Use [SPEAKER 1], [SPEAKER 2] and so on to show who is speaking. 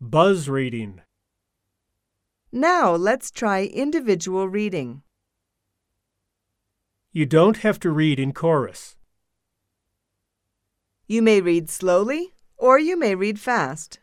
[SPEAKER 1] Buzz reading.
[SPEAKER 2] Now let's try individual reading.
[SPEAKER 1] You don't have to read in chorus.
[SPEAKER 2] You may read slowly or you may read fast.